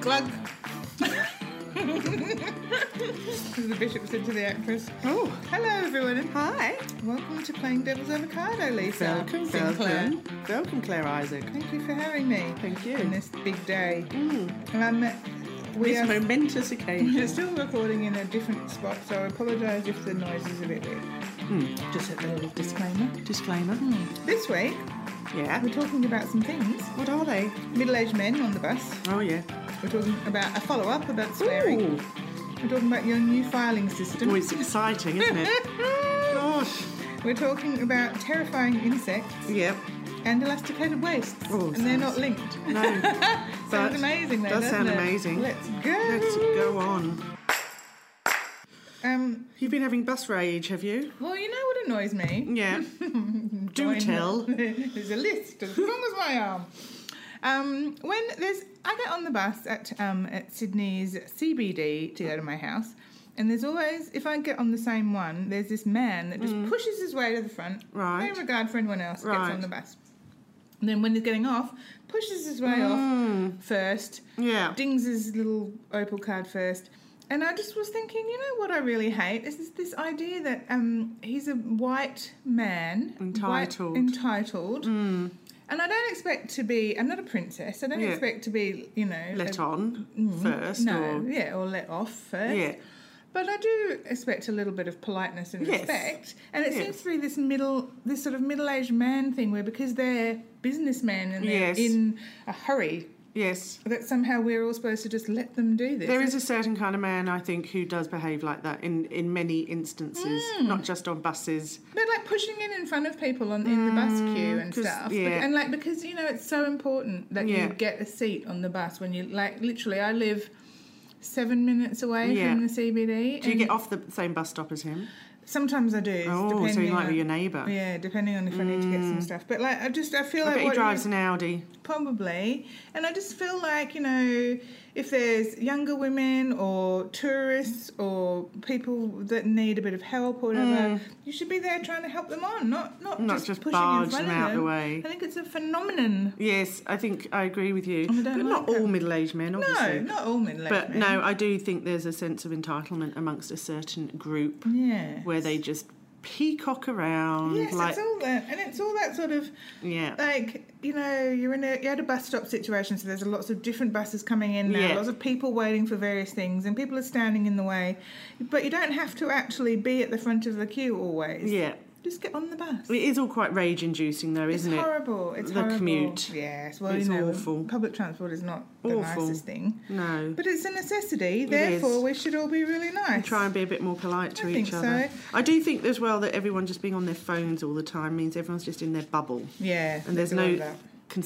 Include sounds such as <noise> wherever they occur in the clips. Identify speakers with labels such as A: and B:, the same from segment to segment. A: Glug. the bishop said to the actress.
B: Oh,
A: Hello, everyone, and
B: hi.
A: welcome to Playing Devil's Avocado, Lisa. Sinclair.
B: welcome. Welcome, Claire Isaac.
A: Thank you for having me
B: Thank
A: on
B: you.
A: this big day.
B: Mm,
A: Um, we
B: this
A: are
B: momentous occasion.
A: we're still recording in a different spot, so I apologise if the noise is a bit weird.
B: Mm,
A: Just a little disclaimer.
B: <laughs> disclaimer.
A: This week,
B: Yeah.
A: we're talking about some things.
B: What are they?
A: Middle-aged men on the bus.
B: Oh, yeah.
A: We're talking about a follow-up about swearing.
B: Ooh.
A: We're talking about your new filing system.
B: Oh, it's exciting, isn't <laughs> it? Gosh.
A: <laughs> We're talking about terrifying insects
B: Yep.
A: and elasticated waists,
B: Oh,
A: and they're not
B: sounds-
A: linked.
B: <laughs> No. but
A: sounds amazing, though,
B: does
A: doesn't
B: sound
A: it?
B: amazing.
A: Let's go.
B: Let's go on.
A: Um,
B: You've been having bus rage, have you?
A: well, you know what annoys me?
B: <laughs> Yeah. Do
A: When-
B: tell.
A: <laughs> there's a list as long as my arm. Um, when there's, I get on the bus at um, at Sydney's CBD to go to my house, and there's always, if I get on the same one, there's this man that just pushes his way to the front,
B: Mm. Right.
A: no regard for anyone else, gets
B: Right.
A: on the bus. And then when he's getting off, pushes his way off first,
B: Mm. Yeah.
A: dings his little opal card first. And I just was thinking, you know what I really hate is this, this idea that um, he's a white man,
B: Entitled. Hmm.
A: white, entitled. And I don't expect to be. I'm not a princess. I don't
B: Yeah.
A: expect to be, you know,
B: Let
A: a- Hmm.
B: on first.
A: No,
B: Or,
A: yeah, or let off first.
B: yeah.
A: But I do expect a little bit of politeness and
B: Yes.
A: respect. And it
B: Yes.
A: seems to be this middle, this sort of middle-aged man thing, where because they're businessmen and they're
B: Yes.
A: in a hurry,
B: Yes.
A: that somehow we're all supposed to just let them do this.
B: There is a certain kind of man, I think, who does behave like that in, in many instances, not just on buses.
A: But like pushing in in front of people on in the bus queue and
B: Mm, 'cause-
A: stuff, Bec-
B: yeah.
A: and like because you know it's so important that
B: Yeah.
A: you get a seat on the bus when you like literally. I live seven minutes away
B: Yeah.
A: from the CBD.
B: Do you
A: and
B: get off the same bus stop as him?
A: Sometimes I do.
B: Oh,
A: depending
B: so you might
A: on,
B: be your neighbour.
A: Yeah, depending on if I need to get some stuff. But like I just I feel
B: I
A: like
B: bet
A: what
B: he
A: you-
B: drives an Audi.
A: Probably. And I just feel like, you know, if there's younger women or tourists or people that need a bit of help or whatever, you should be there trying to help them on, not not,
B: Hmm. Not
A: just,
B: just
A: pushing in
B: barge
A: front
B: them
A: of
B: out the way.
A: I think it's a phenomenon.
B: Yes, I think I agree with you.
A: And I
B: But
A: don't
B: not
A: like
B: all middle aged men, obviously.
A: No, not all men like
B: but
A: men.
B: no, I do think there's a sense of entitlement amongst a certain group
A: Yeah.
B: where they just peacock around.
A: Yes,
B: like,
A: it's all that, and it's all that sort of
B: yeah.
A: like you know you're in a you had a bus stop situation so there's lots of different buses coming in now
B: Yeah.
A: lots of people waiting for various things and people are standing in the way but you don't have to actually be at the front of the queue always
B: Yeah.
A: just get on the bus
B: It is all quite rage inducing, though,
A: it's
B: isn't it?
A: horrible it's
B: The
A: horrible.
B: commute.
A: yes well
B: It's
A: you know
B: awful.
A: public transport is not the
B: Awful.
A: nicest thing
B: No.
A: but it's a necessity therefore
B: is.
A: we should all be really nice
B: try and be a bit more polite to
A: I
B: each
A: think
B: other.
A: so.
B: I do think as well that everyone just being on their phones all the time means everyone's just in their bubble
A: yeah
B: and there's
A: do all
B: no
A: that.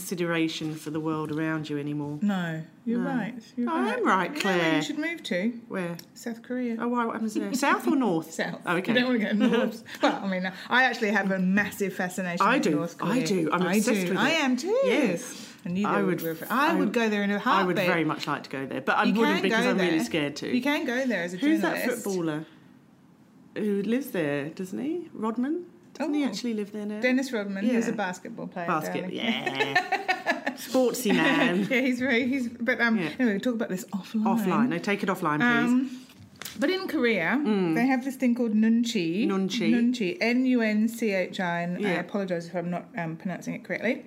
B: consideration for the world around you anymore.
A: no you're
B: No.
A: right you're
B: I
A: right
B: am right,
A: you know where
B: Claire.
A: you should move to
B: Where?
A: South Korea
B: Oh, why? What happens there? South or
A: <laughs>
B: north?
A: South.
B: Oh, okay.
A: You don't want to go
B: <laughs>
A: north. well, I mean, I actually have a massive fascination.
B: I
A: with
B: do.
A: North Korea.
B: I do. I'm
A: I
B: obsessed
A: do.
B: with
A: I
B: it.
A: am too.
B: Yes.
A: And you
B: I
A: I would.
B: would-
A: I
B: I
A: would
B: would-
A: go there in a
B: I
A: heartbeat.
B: would very much like to go there, but I
A: You
B: wouldn't
A: can
B: because
A: go
B: I'm really
A: there.
B: scared to.
A: You can go there as a
B: Who's
A: journalist.
B: that footballer who lives there? Doesn't he? Rodman. Doesn't he
A: Oh.
B: actually live there now?
A: Dennis Rodman. He's
B: Yeah.
A: a basketball player.
B: Basket.
A: darling.
B: Yeah. Sportsy man.
A: <laughs> yeah, he's very. He's. But um.
B: Yeah.
A: Anyway, we'll talk about this offline.
B: offline. I take it offline, please. Mm.
A: Um. But in Korea, they have this thing called nunchi.
B: Nunchi.
A: Nunchi. N U N C H I. And I
B: Yeah.
A: apologise if I'm not um, pronouncing it correctly.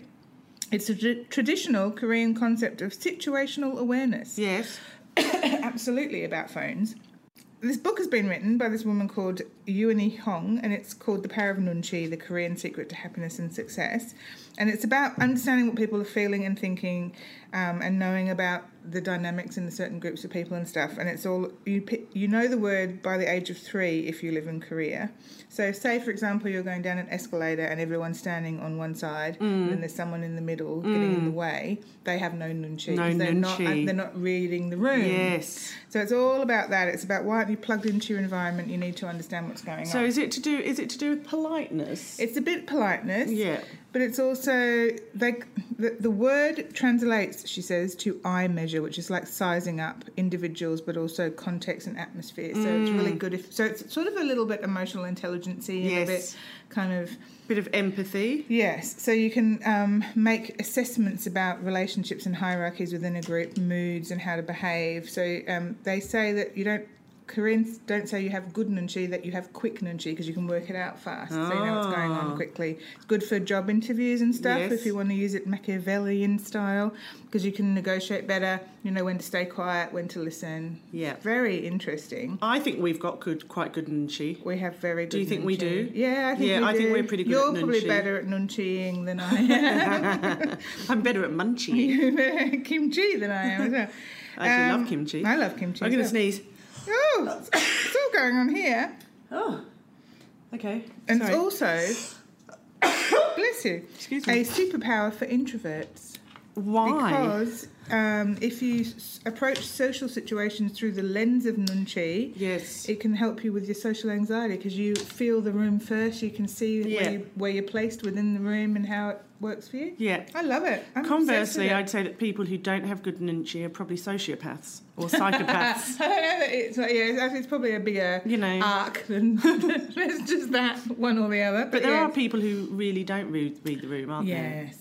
A: It's a tr- traditional Korean concept of situational awareness.
B: yes.
A: <laughs> Absolutely about phones. This book has been written by this woman called Euni Hong, and it's called The Power of Nunchi The Korean Secret to Happiness and Success. And it's about understanding what people are feeling and thinking um, and knowing about the dynamics in the certain groups of people and stuff. And it's all, you, pi- you know the word by the age of three if you live in Korea. So, say for example, you're going down an escalator and everyone's standing on one side, and
B: Mm.
A: then there's someone in the middle getting in the way, they have no nunchi.
B: No
A: they're, Not, uh,
B: nunchi.
A: they're not reading the room.
B: Yes.
A: So it's all about that. It's about why aren't you plugged into your environment? You need to understand what's going
B: So
A: on.
B: is it to do? Is it to do with politeness?
A: It's a bit politeness,
B: yeah.
A: but it's also like the, the word translates, she says, to eye measure. measure, which is like sizing up individuals, but also context and atmosphere. So it's really good. If so, it's sort of a little bit emotional intelligency, and a bit
B: Mm. Yes.
A: kind of
B: Bit of empathy.
A: Yes, so you can um, make assessments about relationships and hierarchies within a group, moods, and how to behave. So um, they say that you don't. Koreans don't say you have good nunchi, that you have quick nunchi because you can work it out fast. So you know what's going on
B: Ah.
A: quickly. It's good for job interviews and stuff
B: Yes.
A: if you want to use it Machiavellian style because you can negotiate better, you know, when to stay quiet, when to listen.
B: Yeah.
A: Very interesting.
B: I think we've got good, quite good nunchi.
A: We have very good.
B: Do you think we
A: nunchi.
B: do?
A: Yeah, I think
B: Yeah,
A: we
B: I
A: do.
B: think we're pretty good
A: You're
B: at
A: probably
B: nunchi.
A: better at nunchiing than
B: <laughs>
A: I am.
B: <laughs> I'm better at munchie.
A: You better at <laughs> kimchi than I am as well.
B: I actually
A: Um,
B: love kimchi.
A: I love kimchi.
B: I'm going to
A: as
B: sneeze.
A: well. Oh, it's- it's all going on here.
B: Oh, okay.
A: And
B: Sorry.
A: it's also, bless you,
B: Excuse
A: a
B: me.
A: superpower for introverts.
B: Why?
A: Because um, if you s- approach social situations through the lens of nunchi,
B: yes.
A: it can help you with your social anxiety because you feel the room first. You can see
B: Yeah.
A: where, you, where you're placed within the room and how it works for you.
B: yeah.
A: I love it. I'm obsessed with
B: Conversely,
A: it.
B: I'd say that people who don't have good nunchi are probably sociopaths or
A: <laughs>
B: psychopaths.
A: I don't know that it's yeah, it's, actually, it's probably a bigger
B: you know.
A: arc than <laughs> it's just that one or the other. But,
B: but there
A: yeah.
B: are people who really don't read, read the room, aren't there?
A: yes,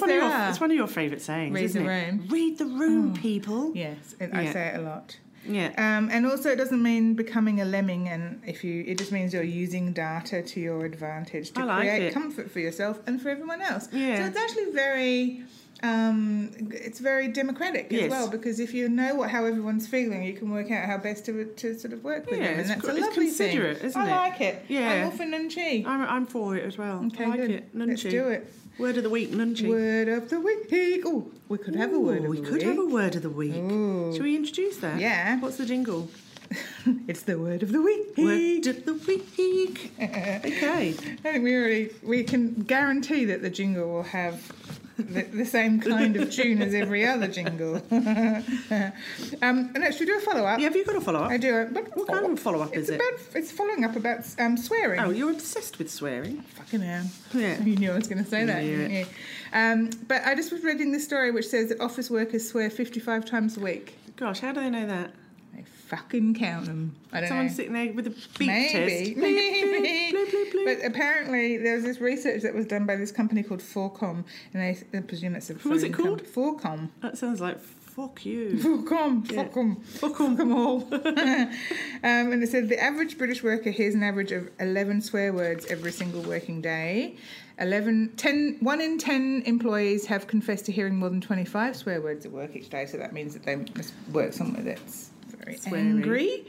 A: Yes,
B: one
A: there
B: of your
A: are.
B: that's one of your favourite sayings,
A: Read
B: isn't
A: the
B: it?
A: room. Oh.
B: Read the room, people.
A: yes, and
B: Yeah.
A: I say it a lot.
B: Yeah.
A: Um, and also, it doesn't mean becoming a lemming, and if you, it just means you're using data to your advantage to
B: I like
A: create
B: it.
A: comfort for yourself and for everyone else.
B: Yeah.
A: So it's actually very. Um, it's very democratic as
B: Yes.
A: well because if you know what how everyone's feeling, you can work out how best to, to sort of work with
B: Yeah,
A: them, and
B: it's
A: that's
B: co-
A: a
B: it's
A: lovely
B: considerate,
A: thing.
B: isn't
A: I
B: it?
A: like it. I'm
B: Yeah.
A: all for nunchi.
B: I'm, I'm for it as well.
A: Okay,
B: I like
A: good.
B: it. Nunchi.
A: Let's do it.
B: Word of the week, nunchi.
A: Word of the week. Oh, we could have a word
B: Ooh,
A: of
B: we
A: the
B: could
A: week.
B: have a word of the week.
A: Ooh.
B: Shall we introduce that?
A: Yeah. <laughs>
B: What's the jingle?
A: It's the word of the week.
B: Word of the <laughs> week. okay.
A: I think we already we can guarantee that the jingle will have the, the same kind of tune as every other jingle. <laughs> um, and actually, do a follow up.
B: Yeah, have you got a follow
A: I
B: up?
A: do. A, but
B: What kind of follow up
A: It's
B: is it?
A: about. It's following up about um, swearing.
B: Oh, you're obsessed with swearing.
A: Fucking hell.
B: Yeah.
A: You knew I was going to say that.
B: Knew
A: didn't you? Um, but I just was reading this story which says that office workers swear 55 times a week.
B: Gosh, how do they know that?
A: I fucking count them. I don't
B: Someone's
A: know.
B: sitting there with a beak
A: Maybe,
B: test.
A: maybe.
B: Bloop, bloop, bloop.
A: But apparently, there was this research that was done by this company called Forcom, and I, I presume it's a.
B: Who was it
A: foreign com-
B: that sounds like fuck you.
A: <laughs> Forcom. Forcom.
B: Yeah.
A: Forcom.
B: <laughs> fuck 'em.
A: Them all. um, and it said the average British worker hears an average of 11 swear words every single working day. 11, 10, 1 in 10 employees have confessed to hearing more than 25 swear words at work each day, so that means that they must work somewhere that's very
B: Sweary.
A: angry.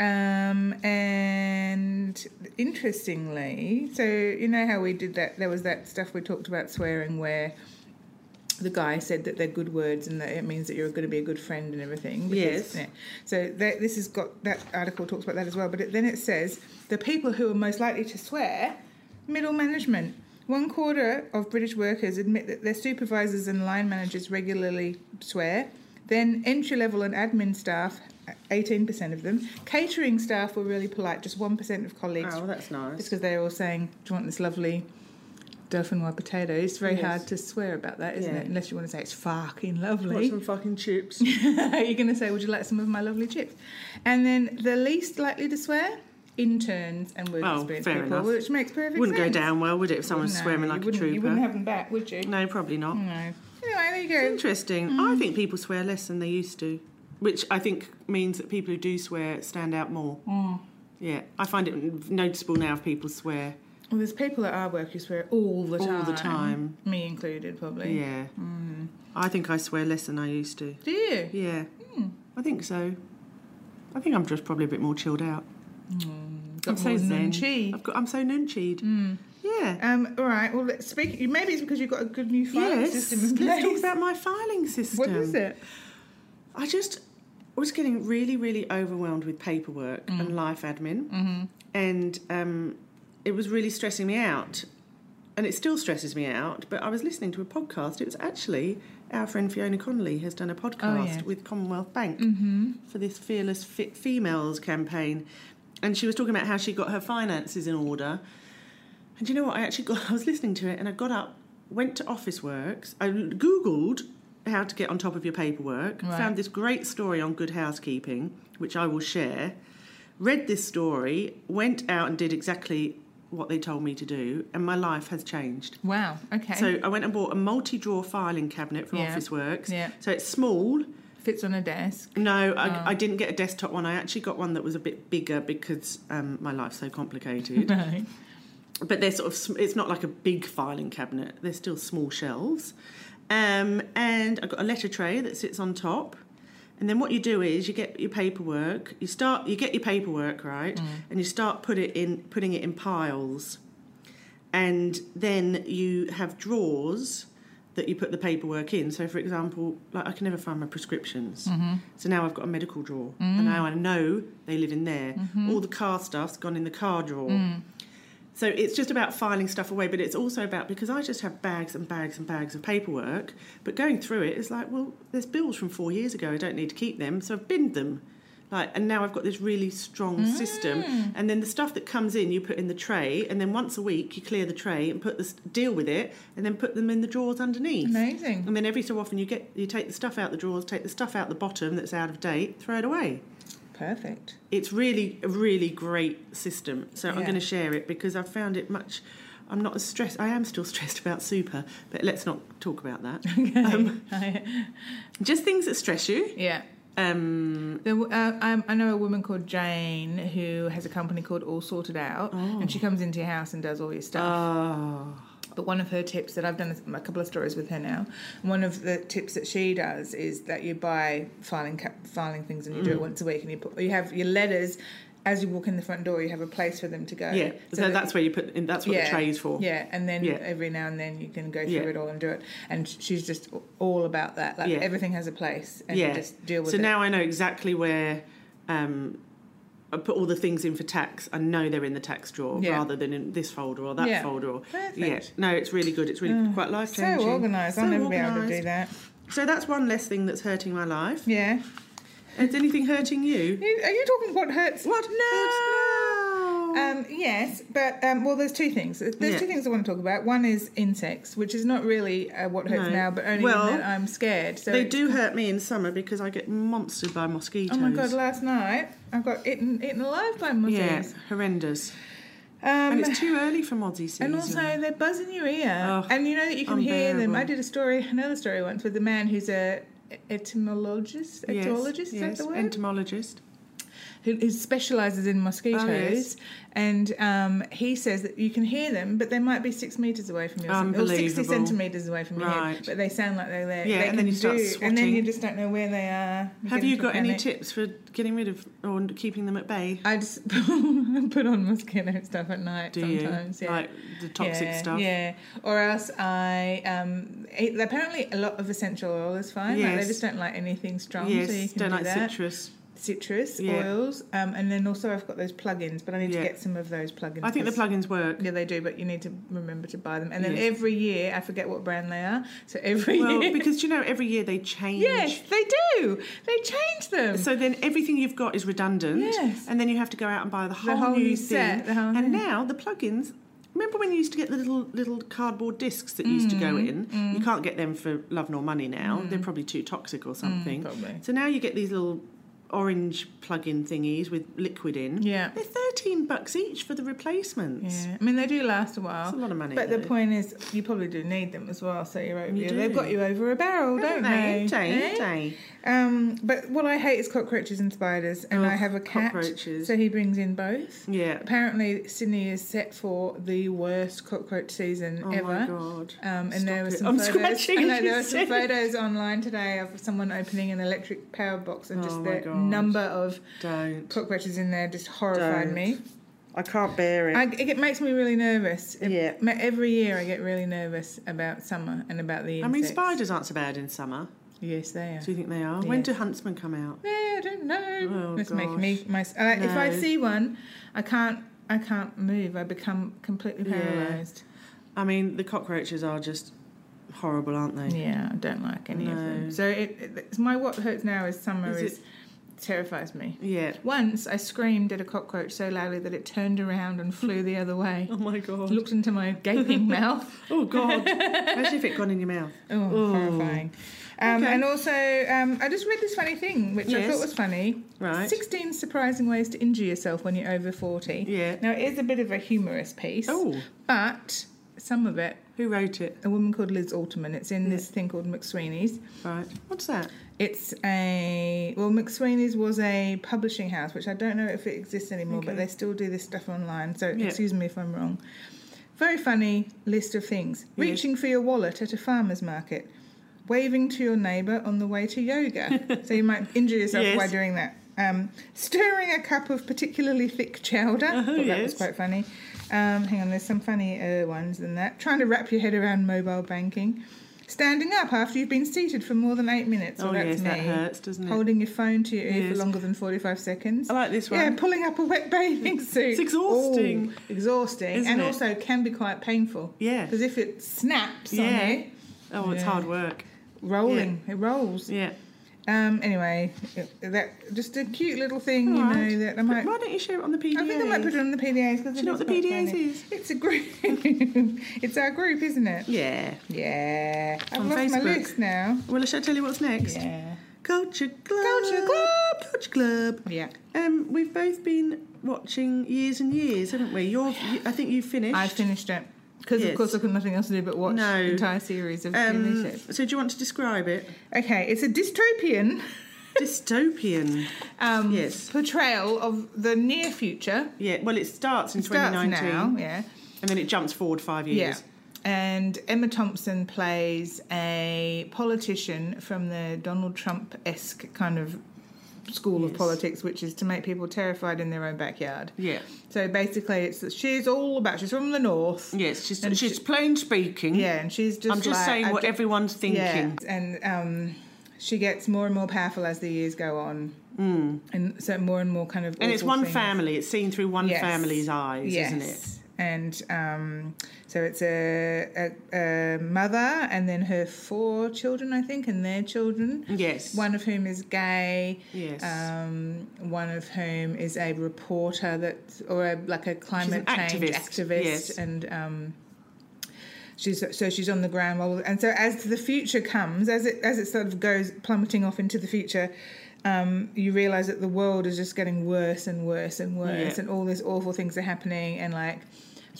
A: Um, and interestingly, so you know how we did that, there was that stuff we talked about swearing where the guy said that they're good words and that it means that you're going to be a good friend and everything.
B: Yes.
A: yeah. So that, this has got that article talks about that as well. But it, then it says the people who are most likely to swear, middle management. One quarter of British workers admit that their supervisors and line managers regularly swear. Then entry level and admin staff, 18% of them. Catering staff were really polite, just 1% of colleagues
B: Oh, that's
A: it's
B: nice.
A: because they're all saying, "Do you want this lovely Dauphinois potato?" It's very
B: Yes.
A: hard to swear about that, isn't
B: Yeah.
A: it? Unless you want to say it's fucking
B: Want
A: lovely.
B: some fucking
A: <laughs>
B: chips.
A: You're going to say, "Would you like some of my lovely chips?" And then the least likely to swear, interns and work
B: Oh,
A: experience
B: fair
A: people,
B: enough.
A: which makes perfect
B: <laughs> wouldn't go
A: sense.
B: down well, would it, if someone's
A: No,
B: swearing like
A: you
B: a
A: wouldn't-
B: trooper?
A: You wouldn't have them back, would you?
B: No, probably not.
A: No. Anyway, there you go.
B: Interesting.
A: Mm.
B: I think people swear less than they used to, which I think means that people who do swear stand out more.
A: Mm.
B: Yeah, I find it noticeable now if people swear
A: Well, there's people at our work who swear all the time. Mm.
B: all the time.
A: Me included, probably.
B: Yeah. I think I swear less than I used to.
A: Do you?
B: Yeah.
A: Mm.
B: I think so. I think I'm just probably a bit more chilled out.
A: Mm, Got
B: I'm so
A: more Mm.
B: zen.
A: nunchi.
B: I've got, I'm so nunchied. Yeah.
A: Um, all right. Well, let's speak. Maybe it's because you've got a good new filing
B: yes.
A: system in
B: Let's talk
A: place.
B: about my filing
A: <laughs>
B: system.
A: What is it?
B: I just was getting really, really overwhelmed with paperwork and life admin, and um, it was really stressing me out. And it still stresses me out. But I was listening to a podcast. It was actually our friend Fiona Connolly has done a podcast
A: yeah.
B: with Commonwealth Bank for this Fearless Fit Females campaign, and she was talking about how she got her finances in order. And <laughs> do you know what? I actually got, I was listening to it and I got up, went to Office Works, I googled how to get on top of your paperwork.
A: Right.
B: Found this great story on good housekeeping, which I will share. Read this story, went out and did exactly what they told me to do, and my life has changed.
A: Wow. Okay.
B: So I went and bought a multi-drawer filing cabinet from
A: Yeah.
B: Office Works.
A: Yeah. Oh.
B: So it's small.
A: Fits on a
B: <laughs>
A: desk.
B: No, I, I didn't get a desktop one. I actually got one that was a bit bigger because um, my life's so complicated.
A: Right.
B: but they're sort of sm- it's not like a big filing cabinet. They're still small shelves. Um, and I've got a letter tray that sits on top. And then what you do is you get your paperwork. You start you get your paperwork right, and you start put it in putting it in piles. And then you have drawers that you put the paperwork in. So, for example, like I can never find my prescriptions. So now I've got a medical drawer, and now I know they live in there. All the car stuff's gone in the car drawer. So it's just about filing stuff away, but it's also about because I just have bags and bags and bags of paperwork. But going through it, it's like, well, there's bills from four years ago. I don't need to keep them, so I've binned them. Like, and now I've got this really strong system. And then the stuff that comes in, you put in the tray, and then once a week you clear the tray and put this deal with it, and then put them in the drawers underneath.
A: Amazing.
B: And then every so often you get you take the stuff out the drawers, take the stuff out the bottom that's out of date, throw it away
A: Perfect.
B: it's really a really great system so i'm
A: Yeah.
B: going to share it because i found it much i'm not as stressed i am still <laughs> stressed about super but let's not talk
A: <laughs>
B: about that
A: Okay.
B: Um, just things that stress you
A: <laughs> yeah.
B: um
A: There, w- uh, um, I know a woman called Jane who has a company called All Sorted Out, and she comes into your house and does all your stuff.
B: oh
A: But one of her tips that I've done a couple of stories with her now. One of the tips that she does is that you buy filing ca- filing things and you
B: Mm.
A: do it once a week, and you put you have your letters as you walk in the front door. You have a place for them to go.
B: yeah so,
A: that-
B: that's where you put in that's what the tray is for
A: Yeah, and then
B: Yeah.
A: every now and then you can go through
B: Yeah.
A: it all and do it. And sh- she's just all about that. Like
B: Yeah.
A: everything has a place, and you
B: yeah
A: just deal with
B: so
A: it.
B: now i know exactly where um I put all the things in for tax. I know they're in the tax drawer
A: Yeah.
B: rather than in this folder or that
A: Yeah.
B: folder. Or,
A: Perfect. Mm.
B: yeah, no, it's really good. It's really quite life
A: so
B: changing.
A: organised. I'll never be able to do that.
B: So that's one less thing that's hurting my life.
A: Yeah.
B: Is anything hurting you?
A: You- Are you talking what hurts?
B: What? No.
A: Um, yes, but um, well, there's two things. There's
B: Yeah.
A: two things I want to talk about. One is insects, which is not really uh, what hurts
B: No.
A: now, but only
B: Well,
A: in that I'm scared. So
B: they
A: it's-
B: do hurt me in summer because I get monstered by mosquitoes.
A: Oh my god! Last night I got eaten, eaten alive by Um,
B: Yeah,
A: mozzies.
B: horrendous. and
A: Um,
B: it's too early for Mozzie
A: <laughs>
B: season.
A: and also they buzz in your ear,
B: Ugh,
A: and you know that you can hear them.
B: unbearable.
A: I did a story, another story once with a man who's a e-, etymologist,
B: Yes,
A: etologist,
B: yes,
A: is that the word?
B: entomologist.
A: who, who specialises in
B: Oh,
A: mosquitoes, and um, he says that you can hear them, but they might be six metres away from you, or something- or sixty
B: Unbelievable.
A: centimetres away from you,
B: Right.
A: but they sound like they're there.
B: Yeah,
A: they
B: and then
A: can
B: you start
A: and then
B: swatting.
A: you just don't know where they are. You
B: Have
A: get
B: you
A: into a
B: got any
A: panic.
B: tips for getting rid of or keeping them at bay?
A: I just <laughs> put on mosquito stuff at night
B: Do
A: sometimes.
B: you
A: Yeah.
B: like the toxic
A: yeah,
B: stuff?
A: Yeah, or else I um, eat, apparently a lot of essential oil is fine. Like they
B: Yes.
A: just don't like anything strong,
B: Yes,
A: so you can
B: don't
A: do
B: like
A: that.
B: citrus.
A: citrus
B: Yeah.
A: oils, um, and then also I've got those plugins, but I need
B: Yeah.
A: to get some of those plugins.
B: I think the
A: 'cause-
B: plugins work.
A: <laughs> yeah, they do, but you need to remember to buy them. And then
B: Yes.
A: every year, I forget what brand they are. So every <laughs>
B: Well,
A: year,
B: because you know every year they change.
A: yes, they do. They change them.
B: So then everything you've got is redundant,
A: Yes.
B: and then you have to go out and buy the whole,
A: whole
B: new,
A: new
B: thing.
A: set, the whole
B: and
A: new-
B: now the plugins. Remember when you used to get the little little cardboard discs that used to go
A: Mm-hmm.
B: in? You can't get them for love nor money now. They're probably too toxic
A: Mm-hmm.
B: or something.
A: Mm, Probably.
B: So now you get these little orange plug-in thingies with liquid in.
A: Yeah.
B: They're thirteen bucks each for the replacements.
A: Yeah, I mean they do last a while.
B: It's a lot of money,
A: But the
B: though.
A: point is, you probably do need them as well. So you're over,
B: You
A: you they've
B: do.
A: got you over a barrel, don't
B: Don't they? Don't
A: Eh?
B: they?
A: Um, but what I hate is cockroaches and spiders, and I
B: Ugh,
A: have a cat,
B: Oh, cockroaches.
A: so he brings in both.
B: Yeah.
A: Apparently, Sydney is set for the worst cockroach season
B: Oh
A: ever.
B: my god.
A: Um, and
B: Stop
A: there were
B: it.
A: some
B: I'm
A: photos.
B: <laughs> scratching
A: I know
B: as
A: there
B: you
A: were some
B: said it.
A: photos online today of someone opening an electric power box, and
B: Oh
A: just
B: my
A: the
B: God.
A: number of
B: Don't.
A: cockroaches in there just horrified
B: Don't.
A: me.
B: I can't bear it.
A: I, it get- makes me really nervous. It-
B: Yeah.
A: ma- Every year I get really nervous about summer and about the
B: I
A: insects.
B: mean, spiders aren't so bad in summer.
A: Yes, they are.
B: Do you think they are? When
A: Yeah.
B: do huntsmen come out?
A: Yeah, I don't know.
B: Oh,
A: It's making me
B: gosh.
A: my. I- If I
B: No.
A: see one, I can't. I can't move. I become completely
B: Yeah.
A: paralysed.
B: I mean, the cockroaches are just horrible, aren't
A: Yeah.
B: they?
A: I don't like any of
B: No.
A: them. So it, it- it's my what hurts now is summer is,
B: Is it-
A: terrifies me.
B: Yeah. <laughs>
A: Once I screamed at a cockroach so loudly that it turned around and flew the other way.
B: Oh my god.
A: Looked
B: <laughs>
A: into my gaping mouth.
B: Oh god. Imagine if it gone in your mouth.
A: Oh,
B: Ooh.
A: horrifying. Um,
B: Okay.
A: And also, um, I just read this funny thing, which I
B: Yes.
A: thought was funny.
B: Right.
A: 16 surprising ways to injure yourself when you're over 40.
B: Yeah.
A: Now, it is a bit of a humorous piece,
B: Oh,
A: but some of it,
B: who wrote it?
A: a woman called Liz Alterman, it's in this thing called McSweeney's.
B: Right. What's that?
A: It's a well, McSweeney's was a publishing house, which I don't know if it exists anymore, but
B: Okay.
A: they still do this stuff online. So
B: Yeah.
A: excuse me if I'm wrong. Very funny list of things:
B: Yes.
A: reaching for your wallet at a farmer's market, waving to your neighbour on the way to
B: <laughs>
A: yoga, so you might injure yourself
B: Yes.
A: by doing that. Um, stirring a cup of particularly thick chowder.
B: Uh-huh,
A: Thought That was
B: yes.
A: quite funny. Um, hang on, there's some funnier ones than that. Trying to wrap your head around mobile banking. Standing up after you've been seated for more than eight minutes. Well,
B: oh,
A: that's
B: yes,
A: me.
B: that hurts, doesn't it?
A: Holding your phone to your ear
B: Yes.
A: for longer than 45 seconds.
B: I like this
A: yeah,
B: one.
A: pulling up a wet bathing suit.
B: It's exhausting.
A: Oh, exhausting.
B: Isn't
A: and
B: it?
A: also can be quite painful.
B: Yeah.
A: Because if it snaps
B: Yeah.
A: on you,
B: Oh, it's
A: Yeah.
B: hard work.
A: rolling, it rolls.
B: Yeah.
A: Um, anyway, that just a cute little thing, you
B: All right.
A: know, that I
B: But
A: might.
B: Why don't you share it on the PDA?
A: I think I might put it on the PDAs. 'cause
B: Do
A: I
B: you know
A: think
B: what the
A: it's quite
B: PDAs
A: funny.
B: is?
A: It's a group. <laughs> it's our group, isn't it?
B: Yeah.
A: Yeah. I've
B: On
A: lost my
B: Facebook.
A: list now.
B: Well, shall I tell you what's next?
A: Yeah.
B: Culture Club.
A: Culture Club.
B: Culture Club.
A: Yeah.
B: Um, we've both been watching years and years, haven't we?
A: Oh,
B: You're, you, I think you finished.
A: I finished it because,
B: Yes.
A: of course, I've got nothing else to do but watch
B: No.
A: the entire series of
B: Um,
A: Finish
B: so, do you want to
A: <laughs>
B: describe it?
A: It. Okay, it's a dystopian
B: Dystopian.
A: um,
B: Yes.
A: portrayal of the near future.
B: Yeah. Well, it starts in
A: Starts
B: 2019,
A: now, yeah,
B: and then it jumps forward five years.
A: yeah. And Emma Thompson plays a politician from the Donald Trump esque kind of school of
B: Yes.
A: politics, which is to make people terrified in their own backyard.
B: Yeah.
A: So basically, it's that she's all about. She's from the north.
B: Yes. She's,
A: And
B: she's plain speaking.
A: Yeah, and she's just.
B: Mm. I'm just
A: like,
B: saying
A: I
B: what
A: ju-
B: everyone's thinking.
A: Yeah, and um, she gets more and more powerful as the years go on, mm. and so more and more kind of.
B: Hmm. And it's
A: awful
B: one
A: things.
B: family. It's seen through one
A: Yes.
B: family's eyes,
A: yes.
B: isn't it?
A: And um, so it's a, a, a mother and then her four children, I think, and their children.
B: Yes.
A: One of whom is gay.
B: Yes.
A: Um, one of whom is a reporter that, or a, like a climate change
B: activist,
A: activist,
B: yes.
A: and um, she's so she's on the ground. While, and so as the future comes, as it as it sort of goes plummeting off into the future. Um, you realize that the world is just getting worse and worse and worse,
B: Yeah.
A: and all these awful things are happening, and like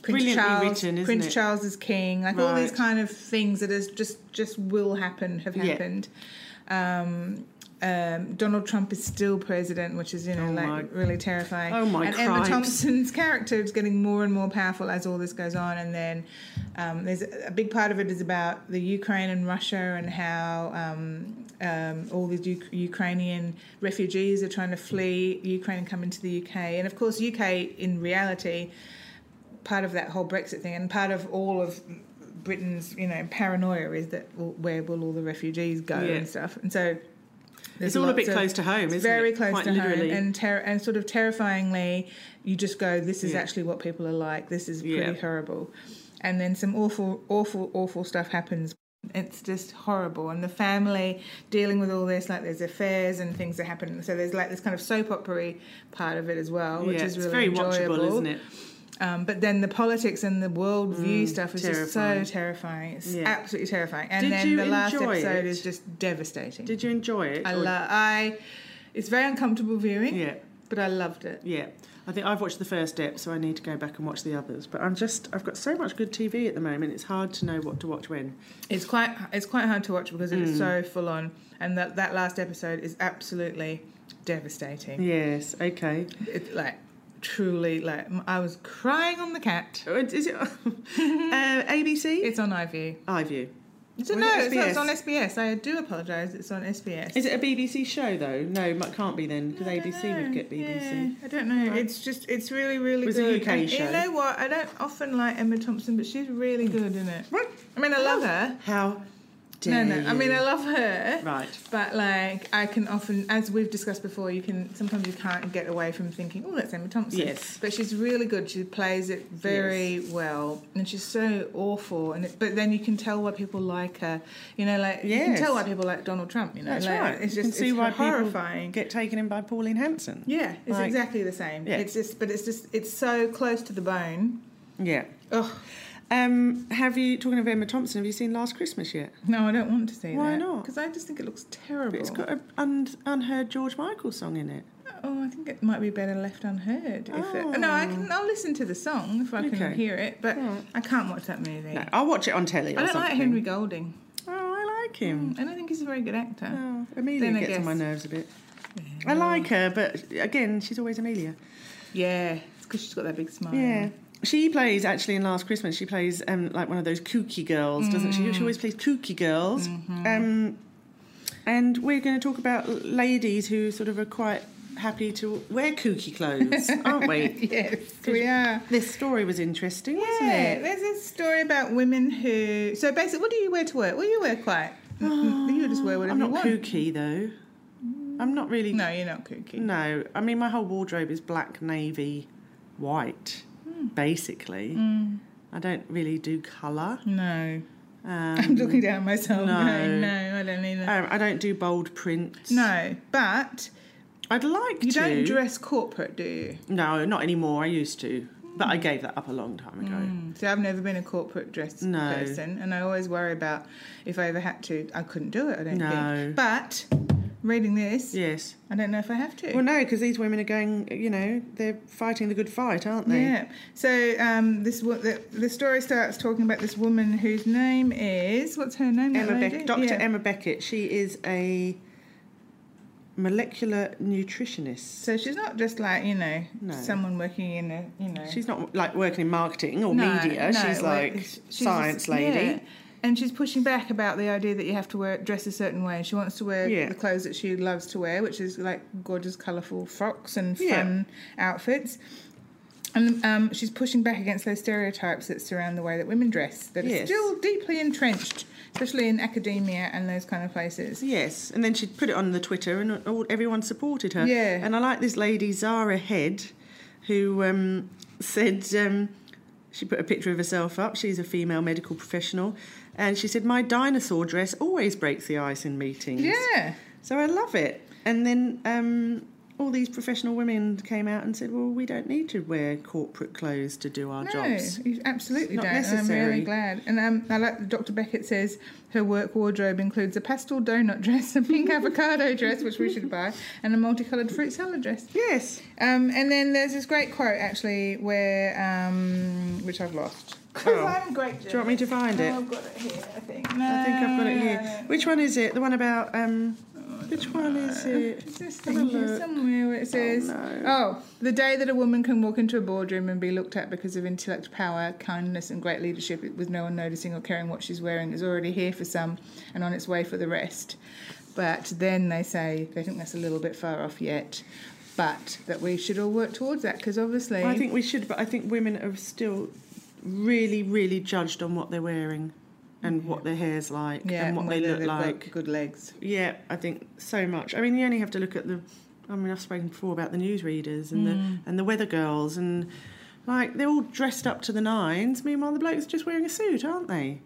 B: brilliantly written, isn't
A: Prince
B: it?
A: Charles is king, like all these
B: Right.
A: kind of things that is just just will happen have
B: Yeah.
A: happened. Um, um, Donald Trump is still president, which is you know
B: Oh
A: like
B: my-
A: really terrifying.
B: Oh my
A: And Emma
B: cripes.
A: Thompson's <laughs> character is getting more and more powerful as all this goes on, and then um, there's a big part of it is about the Ukraine and Russia and how um, um, all these U- Ukrainian refugees are trying to flee Ukraine and come into the UK, and of course UK in reality part of that whole Brexit thing, and part of all of Britain's you know paranoia is that well, where will all the refugees go
B: Yeah.
A: and stuff, and so
B: It's all a bit close to home,
A: It's
B: isn't
A: very
B: it?
A: close
B: Quite
A: to
B: literally.
A: home, and ter- and sort of terrifyingly, you just go, this is
B: Yeah.
A: actually what people are like. This is pretty
B: Yeah.
A: horrible, and then some awful, awful, awful stuff happens. It's just horrible, and the family dealing with all this, like there's affairs and things that happen. So there's like this kind of soap opera part of it as well, which
B: yeah,
A: is
B: it's
A: really
B: very
A: enjoyable.
B: watchable, isn't it? Mm,
A: Um, but then the politics and the world view stuff is
B: terrifying.
A: just so terrifying. It's
B: Yeah.
A: absolutely terrifying. And
B: Did
A: then
B: you
A: the last
B: enjoy
A: episode
B: it?
A: is just devastating.
B: Did you enjoy it?
A: I
B: or-
A: love. I. It's very uncomfortable viewing,
B: Yeah,
A: but I loved it.
B: yeah. I think I've watched the first step, so I need to go back and watch the others. But I'm just, I've got so much good TV at the moment. It's hard to know what to watch when.
A: It's quite. It's quite hard to watch because it
B: Mm.
A: is so full on, and that that last episode is absolutely devastating.
B: Yes. Okay.
A: It, like truly, like m- I was crying on the cat.
B: Oh,
A: <laughs>
B: Is it uh, ABC?
A: It's on iView.
B: iView.
A: So
B: Was
A: no,
B: it
A: it's, not- it's
B: SBS?
A: on SBS. I do apologise. It's on SBS.
B: Is it a BBC show though? No, it can't be then because
A: I don't
B: ABC would
A: know.
B: get BBC.
A: Yeah, I don't know.
B: Right.
A: It's just it's really really
B: It was a
A: good.
B: UK
A: And
B: show. Mm.
A: You know what? I don't often like Emma Thompson, but she's really good in it.
B: Right.
A: I mean, I love her.
B: How
A: No,
B: dare
A: no. I mean,
B: you.
A: I love her.
B: right.
A: But like, I can often, as we've discussed before, you can sometimes you can't get away from thinking, oh, that's Emma Thompson.
B: Yes.
A: But she's really good. She plays it very well, and she's so awful. And it, but then you can tell why people like her. You know, like you can
B: Yes.
A: tell why people like Donald Trump. You know,
B: That's
A: like,
B: right.
A: It's
B: You
A: just
B: can see
A: it's
B: why people
A: horrifying.
B: Get taken in by Pauline Hanson.
A: Yeah, it's
B: Like-
A: exactly the same.
B: Yeah.
A: It's just, but it's just, it's so close to the bone.
B: Yeah.
A: Ugh.
B: Um, have you talking of Emma Thompson? Have you seen Last Christmas yet?
A: No, I don't want to see
B: Why
A: that.
B: not?
A: Because I just think it looks terrible.
B: It's got an un- unheard George Michael song in it.
A: Oh, I think it might be better left unheard. If it, no, I can. I'll listen to the song if I can
B: Ah. Okay.
A: hear it, but
B: Alright.
A: I can't watch that movie.
B: No, I'll watch it on telly. Or
A: I don't
B: something.
A: like Henry Golding.
B: Oh, I like him.
A: Mm, I don't think he's a very good actor.
B: Oh, Amelia
A: Then I
B: gets on my
A: guess-
B: nerves a bit. I like her, but again, she's always Amelia.
A: Yeah, it's because she's got that big smile.
B: Yeah. She plays actually in Last Christmas. She plays um, like one of those kooky girls, doesn't she?
A: Mm.
B: She always plays kooky girls.
A: Mm-hmm.
B: Um, and we're going to talk about l- ladies who sort of are quite happy to wear kooky
A: <laughs>
B: clothes, aren't we? <laughs>
A: Yes, we are.
B: This story was interesting, wasn't
A: Yeah,
B: it?
A: there's a story about women who. So basically, what do you wear to work? Well, you wear quite. <laughs> you just wear whatever
B: Ah, I'm not
A: you want.
B: kooky though. I'm not really.
A: No, you're not kooky.
B: No, I mean my whole wardrobe is black, navy, white,
A: Hmm.
B: basically.
A: Mm.
B: I don't really do colour.
A: <laughs> No, I'm
B: Um,
A: looking down myself. No,
B: No.
A: no, I don't either.
B: um, I don't do bold prints.
A: no, but
B: I'd like
A: you
B: to.
A: don't dress corporate, do you?
B: No, not anymore. I used to, but I gave that up a long time ago.
A: Mm. So I've never been a corporate dress
B: No.
A: person, and I always worry about if I ever had to, I couldn't do it. I don't
B: No.
A: think. But reading this,
B: Yes.
A: I don't know if I have to.
B: Well, no, because these women are going. You know, they're fighting the good fight, aren't they?
A: Yeah. So um, this wo- the, the story starts talking about this woman whose name is what's her name? that
B: Emma
A: lady?
B: Beck- Dr.
A: Yeah.
B: Emma Beckett. She is a molecular nutritionist.
A: So she's not just like you know
B: No.
A: someone working in a you know
B: She's not like working in marketing or
A: No,
B: media.
A: no,
B: she's
A: well,
B: like
A: it's- she's
B: science
A: just- yeah.
B: lady.
A: And she's pushing back about the idea that you have to wear dress a certain way. She wants to wear
B: Yeah.
A: the clothes that she loves to wear, which is like gorgeous, colourful frocks and
B: Yeah.
A: fun outfits. And um, she's pushing back against those stereotypes that surround the way that women dress, that are
B: Yes.
A: still deeply entrenched, especially in academia and those kind of places.
B: Yes, and then she'd put it on the Twitter, and all, everyone supported her.
A: Yeah.
B: and I like this lady Zara Head, who um, said um, she put a picture of herself up. She's a female medical professional, and she said, "My dinosaur dress always breaks the ice in meetings."
A: Yeah.
B: So I love it. And then um, all these professional women came out and said, "Well, we don't need to wear corporate clothes to do our
A: No,
B: jobs."
A: you absolutely
B: It's not
A: don't. And I'm
B: necessary.
A: really glad. And um, I like that Dr. Beckett says her work wardrobe includes a pastel donut dress, a
B: <laughs>
A: pink avocado dress, which we should buy, and a multicoloured fruit salad dress.
B: Yes.
A: Um, and then there's this great quote actually, where um, which I've lost. 'Cause
B: Oh.
A: <laughs> I'm a great.
B: Do you want me to find it?
A: I've got it here. I think.
B: I think I've got it here.
A: No.
B: Which one is it? The one about um, which one is it?
A: It's this
B: Have a
A: thing here
B: look.
A: somewhere where it says,
B: no.
A: "Oh, the day that a woman can walk into a boardroom and be looked at because of intellect, power, kindness, and great leadership, with no one noticing or caring what she's wearing, is already here for some and on its way for the rest." But then they say they think that's a little bit far off yet, but that we should all work towards that because obviously,
B: I think we should, but I think women are still really, really judged on what they're wearing and what their hair's like
A: yeah,
B: and what they
A: whether
B: look
A: they've got
B: like.
A: good legs.
B: Yeah, I think so much. I mean, you only have to look at the. I mean, I've spoken before about the newsreaders
A: Hmm.
B: and the and the weather girls and like they're all dressed up to the nines. Meanwhile, the blokes are just wearing a suit, aren't they?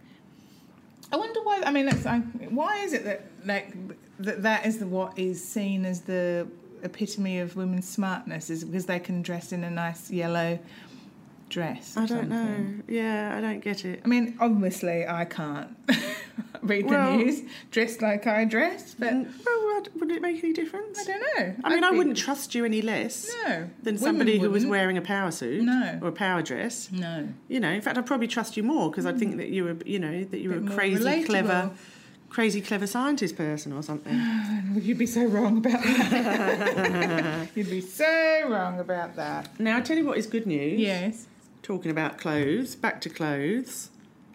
A: I wonder why. I mean, that's, I, why is it that like that that is the what is seen as the epitome of women's smartness is because they can dress in a nice yellow dress. Or
B: I don't
A: something.
B: know. Yeah, I don't get it.
A: I mean, obviously, I can't <laughs> read the
B: Well-
A: news dressed like I dress, but
B: And, Mm, well, would- would it make any difference?
A: I don't know.
B: I mean, I
A: I'd be-
B: wouldn't trust you any less
A: No.
B: than
A: women
B: somebody who was
A: wouldn't.
B: wearing a power suit
A: No.
B: or a power dress.
A: No.
B: You know, in fact, I'd probably trust you more because I'd think that you were, you know, that you were
A: Bit
B: a
A: more
B: crazy,
A: relatable.
B: clever, crazy, clever scientist person or something.
A: <laughs> Would you be so wrong about
B: <laughs>
A: that? You'd be so wrong about that.
B: now, I tell you what is good news.
A: Yes.
B: Talking about clothes, back to clothes.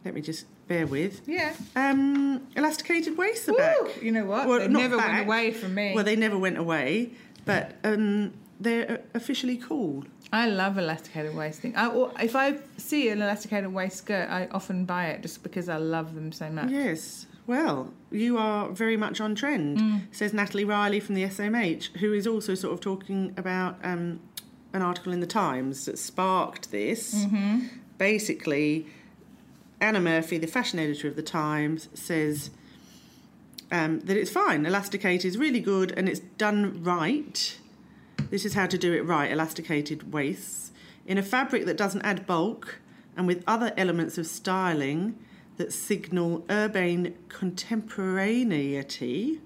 B: Let me just bear with.
A: Yeah.
B: Um, elasticated waist the
A: Woo!
B: back.
A: You know what?
B: Well,
A: they
B: not
A: never
B: back.
A: went away from me.
B: Well, they never went away, but um, they're officially cool.
A: I love elasticated waisting. I, or if I see an elasticated waist skirt, I often buy it just because I love them so much.
B: Yes. Well, you are very much on trend, says Natalie Riley from the SMH, who is also sort of talking about um, an article in the Times that sparked this. Basically, Anna Murphy, the fashion editor of the Times, says um, that it's fine. Elasticate is really good and it's done right. This is how to do it right elasticated waists in a fabric that doesn't add bulk and with other elements of styling that signal urbane contemporaneity.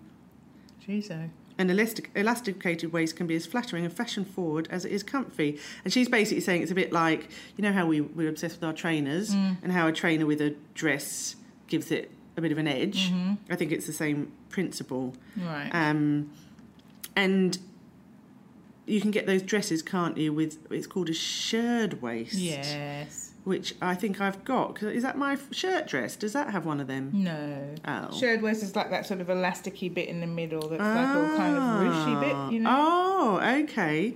A: Jeez, oh.
B: An elastic, elasticated waist can be as flattering and fashion forward as it is comfy. And she's basically saying it's a bit like, you know, how we, we're obsessed with our trainers and how a trainer with a dress gives it a bit of an edge.
A: Mm-hmm.
B: I think it's the same principle.
A: Right.
B: Um, and you can get those dresses, can't you? With it's called a shirred waist.
A: yes.
B: Which I think I've got. 'Cause Is that my f- shirt dress? Does that have one of them?
A: No.
B: Oh.
A: Shared waist is like that sort of elasticy bit in the middle that's like all kind of
B: Ah.
A: ruchy bit, you know?
B: Oh, okay.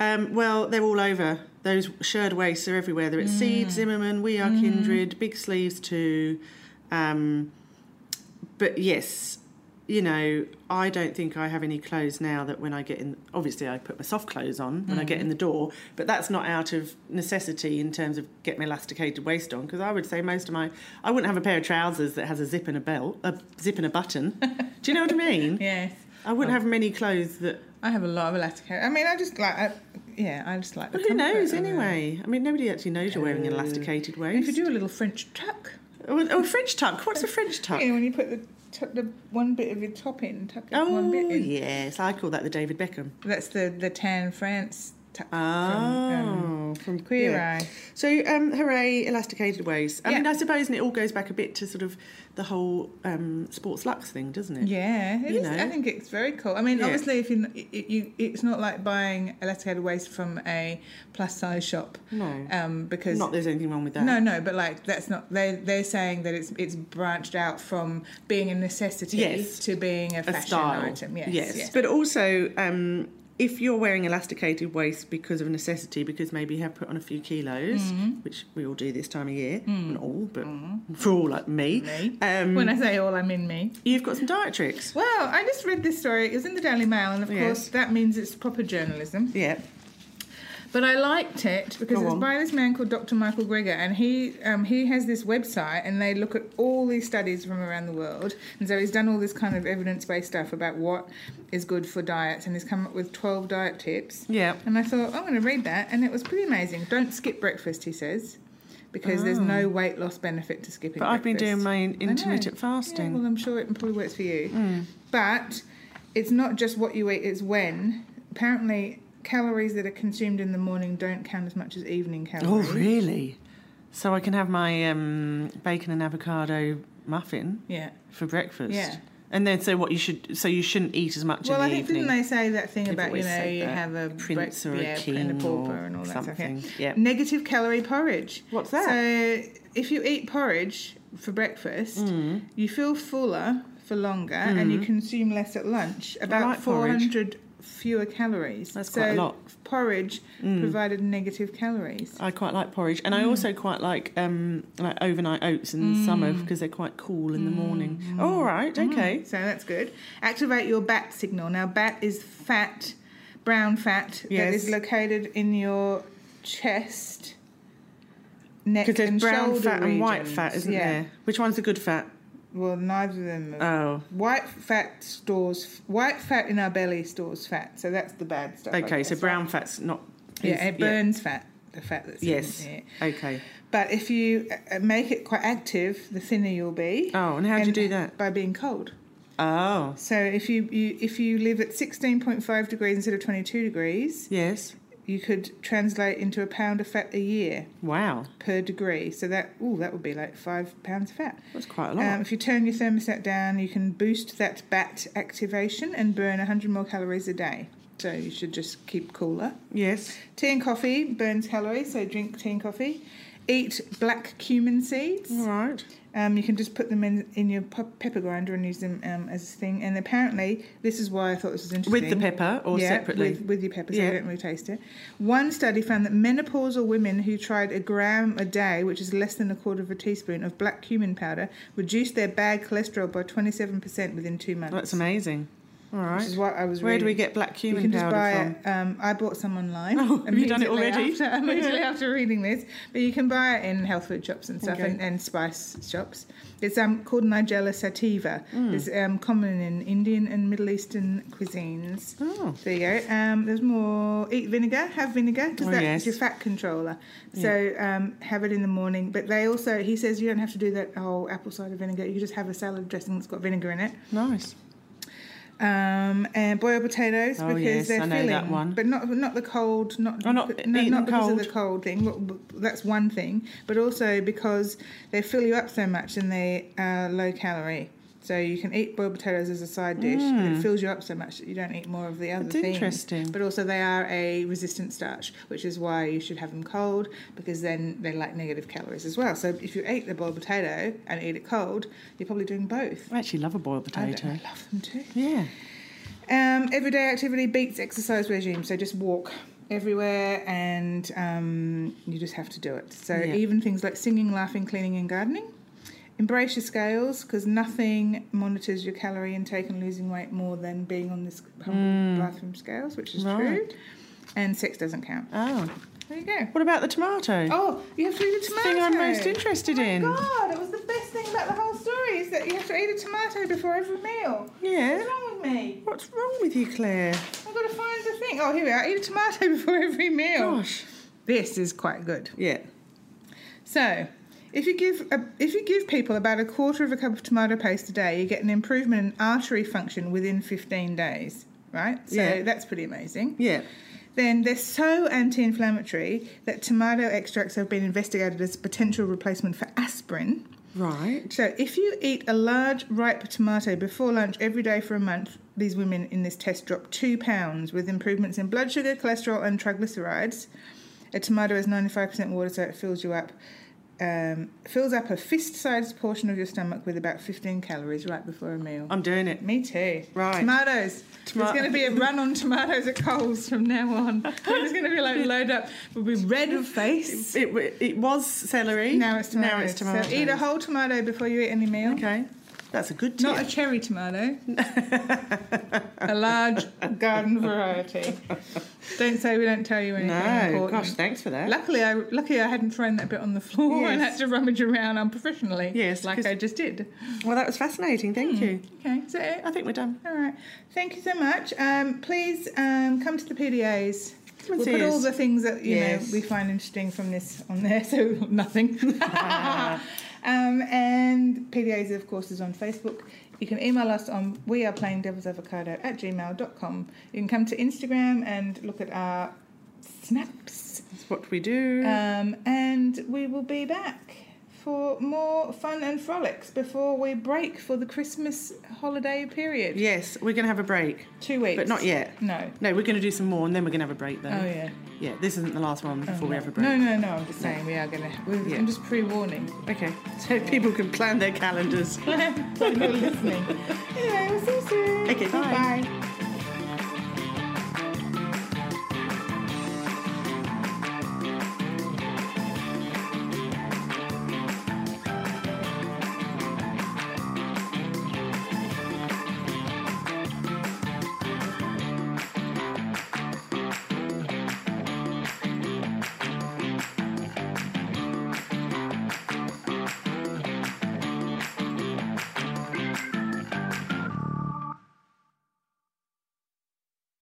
B: Um, well, they're all over. Those shirred waists are everywhere. They're at
A: Mm.
B: Seed, Zimmerman, We
A: Mm-hmm.
B: Are Kindred, Big Sleeves too. Um, but yes, you know, I don't think I have any clothes now that when I get in, obviously I put my soft clothes on when I
A: Mm.
B: get in the door, but that's not out of necessity in terms of get my elasticated waist on because I would say most of my, I wouldn't have a pair of trousers that has a zip and a belt, a zip and a button. Do you know what I mean?
A: Oh. Yes.
B: I wouldn't have many clothes that.
A: I have a lot of elasticity. I mean, I just like, I, yeah, I just like the
B: But who
A: comfort
B: knows
A: of it.
B: anyway? I mean, nobody actually knows you're wearing an elasticated
A: And if you
B: waist.
A: do a little French tuck,
B: Oh, a French tuck. What's a French tuck?
A: you know, when you put the, tuck the one bit of your top in, tuck it
B: Oh,
A: one bit in.
B: yes. I call that the David Beckham.
A: That's the, the tan France uh, tuck.
B: Oh, from
A: um, Queer
B: yeah.
A: Eye.
B: So, um, hooray, elasticated waist. I
A: Yeah.
B: mean, I suppose, and it all goes back a bit to sort of the whole um, sports lux thing, doesn't it?
A: Yeah, it
B: You
A: is- I
B: know?
A: think it's very cool. I mean,
B: Yeah.
A: obviously, if you, it- you, it's not like buying elasticated waist from a plus size shop,
B: No.
A: um, because
B: Not there's anything wrong with that.
A: no, no, but like that's not they. They're saying that it's it's branched out from being a necessity
B: Yes.
A: to being a,
B: a
A: fashion
B: style.
A: item. Yes, yes.
B: But also, um, if you're wearing elasticated waist because of necessity, because maybe you have put on a few kilos,
A: Mm-hmm.
B: which we all do this time of year, not all, but for all like me,
A: Mm. Me.
B: Um,
A: when I say all, I'm in me.
B: you've got some diet tricks.
A: Well, I just read this story. It was in the Daily Mail, and of
B: Yes.
A: course, that means it's proper journalism.
B: Yeah.
A: But I liked it because
B: Go
A: it's
B: on.
A: by this man called Dr. Michael Greger, and he um, he has this website, and they look at all these studies from around the world, and so he's done all this kind of evidence based stuff about what is good for diets, and he's come up with twelve diet tips.
B: Yeah.
A: And I thought I'm going to read that, and it was pretty amazing. Don't skip breakfast, he says, because there's no weight loss benefit to skipping.
B: Oh. But I've been doing
A: breakfast.
B: my
A: I know.
B: intermittent fasting. Mm.
A: Yeah, well, I'm sure it probably works for you. But it's not just what you eat, it's when. Apparently, calories that are consumed in the morning don't count as much as evening
B: oh,
A: calories.
B: really? So I can have my um, bacon and avocado muffin
A: Yeah.
B: for breakfast.
A: Yeah.
B: And then, so what you should, so you shouldn't eat as much
A: Well,
B: in
A: I
B: the
A: think,
B: evening.
A: didn't they say that thing
B: They've
A: about, you
B: always
A: know,
B: said
A: you
B: that.
A: have a
B: prince
A: break-
B: or a
A: yeah,
B: king
A: and a pauper
B: or
A: and all that stuff.
B: something.
A: yeah.
B: Yeah.
A: Negative calorie porridge.
B: What's
A: So, if you eat porridge for breakfast,
B: Mm. Hmm,
A: you feel fuller for longer and you consume less at lunch, about
B: like porridge.
A: 400 fewer calories.
B: That's
A: so
B: quite a lot. Hmm,
A: Porridge
B: Mm.
A: provided negative calories.
B: I quite like porridge, and I
A: Hmm.
B: also quite like um, like overnight oats in the summer because they're quite cool in the morning.
A: Hmm.
B: Oh, all right, okay.
A: Mm. So that's good. Activate your BAT signal. Now, BAT is fat, brown fat that
B: Yes.
A: is located in your chest, neck,
B: Because there's
A: and
B: brown
A: shoulder
B: fat and white
A: regions.
B: fat, isn't
A: yeah.
B: there? Which one's the good fat?
A: Well, neither of them. Are.
B: Oh,
A: White fat stores white fat in our belly stores fat, so that's the bad stuff. I
B: okay. So
A: guess,
B: brown fat's not.
A: right?
B: is-
A: Yeah, it burns fat. The fat that's
B: Yes.
A: in it.
B: Okay.
A: But if you uh, uh, make it quite active, the thinner you'll be.
B: Oh, and how do you
A: And
B: do that?
A: By being cold.
B: Oh,
A: So if you, you if you live at 16.5 degrees instead of 22 degrees,
B: yes.
A: you could translate into a pound of fat a year
B: Wow,
A: per degree. So that ooh, that would be like five pounds of fat.
B: that's quite a lot.
A: Um, if you turn your thermostat down, you can boost that BAT activation and burn 100 more calories a day. So you should just keep cooler.
B: yes.
A: Tea and coffee burns calories, so drink tea and coffee. Eat black cumin seeds.
B: All right.
A: Um, you can just put them in, in your pe- pepper grinder and use them um, as a thing. And apparently, this is why I thought this was interesting.
B: With the pepper or
A: yeah,
B: separately?
A: With, with your pepper, so
B: Yeah.
A: you don't really taste it. One study found that menopausal women who tried a gram a day, which is less than a quarter of a teaspoon, of black cumin powder, reduced their bad cholesterol by 27% within two months.
B: That's amazing. All right.
A: which is what I was.
B: Where do we
A: really-
B: get black
A: You
B: cumin
A: can just
B: powder
A: buy it.
B: from?
A: Um, I bought some online.
B: <laughs> Oh, have you done it
A: immediately
B: already?
A: After, <laughs> immediately after reading this, but you can buy it in health food shops and stuff
B: Okay.
A: and, and spice shops. It's um, called Nigella sativa.
B: Mm.
A: It's um, common in Indian and Middle Eastern cuisines.
B: Oh,
A: There you go. Um, there's more. Eat vinegar. Have vinegar because
B: Oh,
A: that's
B: yes.
A: your fat controller. So um, have it in the morning. But they also, he says, you don't have to do that whole apple cider vinegar. You can just have a salad dressing that's got vinegar in it.
B: nice.
A: Um, and boiled potatoes
B: Oh,
A: because
B: yes,
A: they're
B: I know
A: filling,
B: that one.
A: but not not the cold, not
B: Oh, not
A: but
B: eat them
A: not because of the cold thing. Well, b- that's one thing, but also because they fill you up so much and they are low calorie. So you can eat boiled potatoes as a side dish, and it fills you up so much that you don't eat more of the other
B: Hmm. That's
A: things.
B: interesting.
A: But also they are a resistant starch, which is why you should have them cold because then they lack negative calories as well. So if you eat the boiled potato and eat it cold, you're probably doing both.
B: I actually love a boiled
A: I, don't,
B: potato.
A: I love them too.
B: Yeah.
A: Um, everyday activity beats exercise regime, so just walk everywhere, and um, you just have to do it. So
B: Yeah.
A: even things like singing, laughing, cleaning, and gardening. Embrace your scales because nothing monitors your calorie intake and losing weight more than being on this humble bathroom scales, which is true.
B: Mm. Right.
A: And sex doesn't count.
B: Oh.
A: There you go.
B: What about the tomato?
A: Oh, you have to eat a
B: It's the
A: tomato.
B: thing I'm most interested
A: oh my
B: in.
A: God, it was the best thing about the whole story is that you have to eat a tomato before every meal.
B: Yeah.
A: What's wrong with me?
B: What's wrong with you, Claire?
A: I've got to find the thing. Oh, here we are. Eat a tomato <laughs> before every meal.
B: Gosh.
A: This is quite good.
B: Yeah.
A: So, if you give a, if you give people about a quarter of a cup of tomato paste a day, you get an improvement in artery function within 15 days. Right? So
B: Yeah.
A: that's pretty amazing.
B: Yeah.
A: Then they're so anti-inflammatory that tomato extracts have been investigated as a potential replacement for aspirin.
B: Right.
A: So, if you eat a large ripe tomato before lunch every day for a month, these women in this test dropped two pounds with improvements in blood sugar, cholesterol, and triglycerides. A tomato is 95% water, so it fills you up. Um, fills up a fist-sized portion of your stomach with about 15 calories right before a meal.
B: I'm doing it.
A: Me too.
B: Right.
A: Tomatoes. There's
B: Toma-
A: going to be a run on tomatoes at Coles from now on. We're just going to be like load up. We'll be red of face.
B: It, w- it was celery.
A: Now it's tomatoes.
B: Now it's tomato.
A: So eat a whole tomato before you eat any meal.
B: Okay. That's a good tip.
A: Not a cherry tomato.
B: <laughs>
A: a large garden variety. Don't say we don't tell you anything
B: no.
A: important.
B: Gosh, thanks for that.
A: Luckily, I luckily I hadn't thrown that bit on the floor and had
B: Yes.
A: to rummage around unprofessionally.
B: Yes,
A: like
B: 'cause-
A: I just did.
B: Well, that was fascinating. Thank
A: Hmm.
B: you.
A: Okay, is that it?
B: I think we're done.
A: All right. Thank you so much. Um, please um, come to the PDAs.
B: Come and
A: we'll
B: see
A: put
B: us.
A: all the things that you
B: Yes.
A: know we find interesting from this on there. <laughs> So
B: <laughs>
A: nothing. um, and PDAs, of course, is on Facebook. You can email us on we are playing devil's avocado at gmail.com. You can come to Instagram and look at our snaps.
B: That's what we do.
A: Um, and we will be back for more fun and frolics before we break for the Christmas holiday period.
B: yes, we're going to have a break,
A: Two weeks.
B: but not yet.
A: No.
B: No, we're going to do some more, and then we're going to have a break. Though.
A: Oh yeah.
B: Yeah. This isn't the last one before
A: Oh,
B: we
A: no.
B: have a break.
A: No, no, no. I'm just saying we are gonna. We're,
B: Yeah.
A: I'm just
B: <laughs>
A: pre-warning. <laughs>
B: Okay. So people can plan their calendars.
A: so you're listening. Anyway, we'll see you soon.
B: Okay, bye.
A: Bye.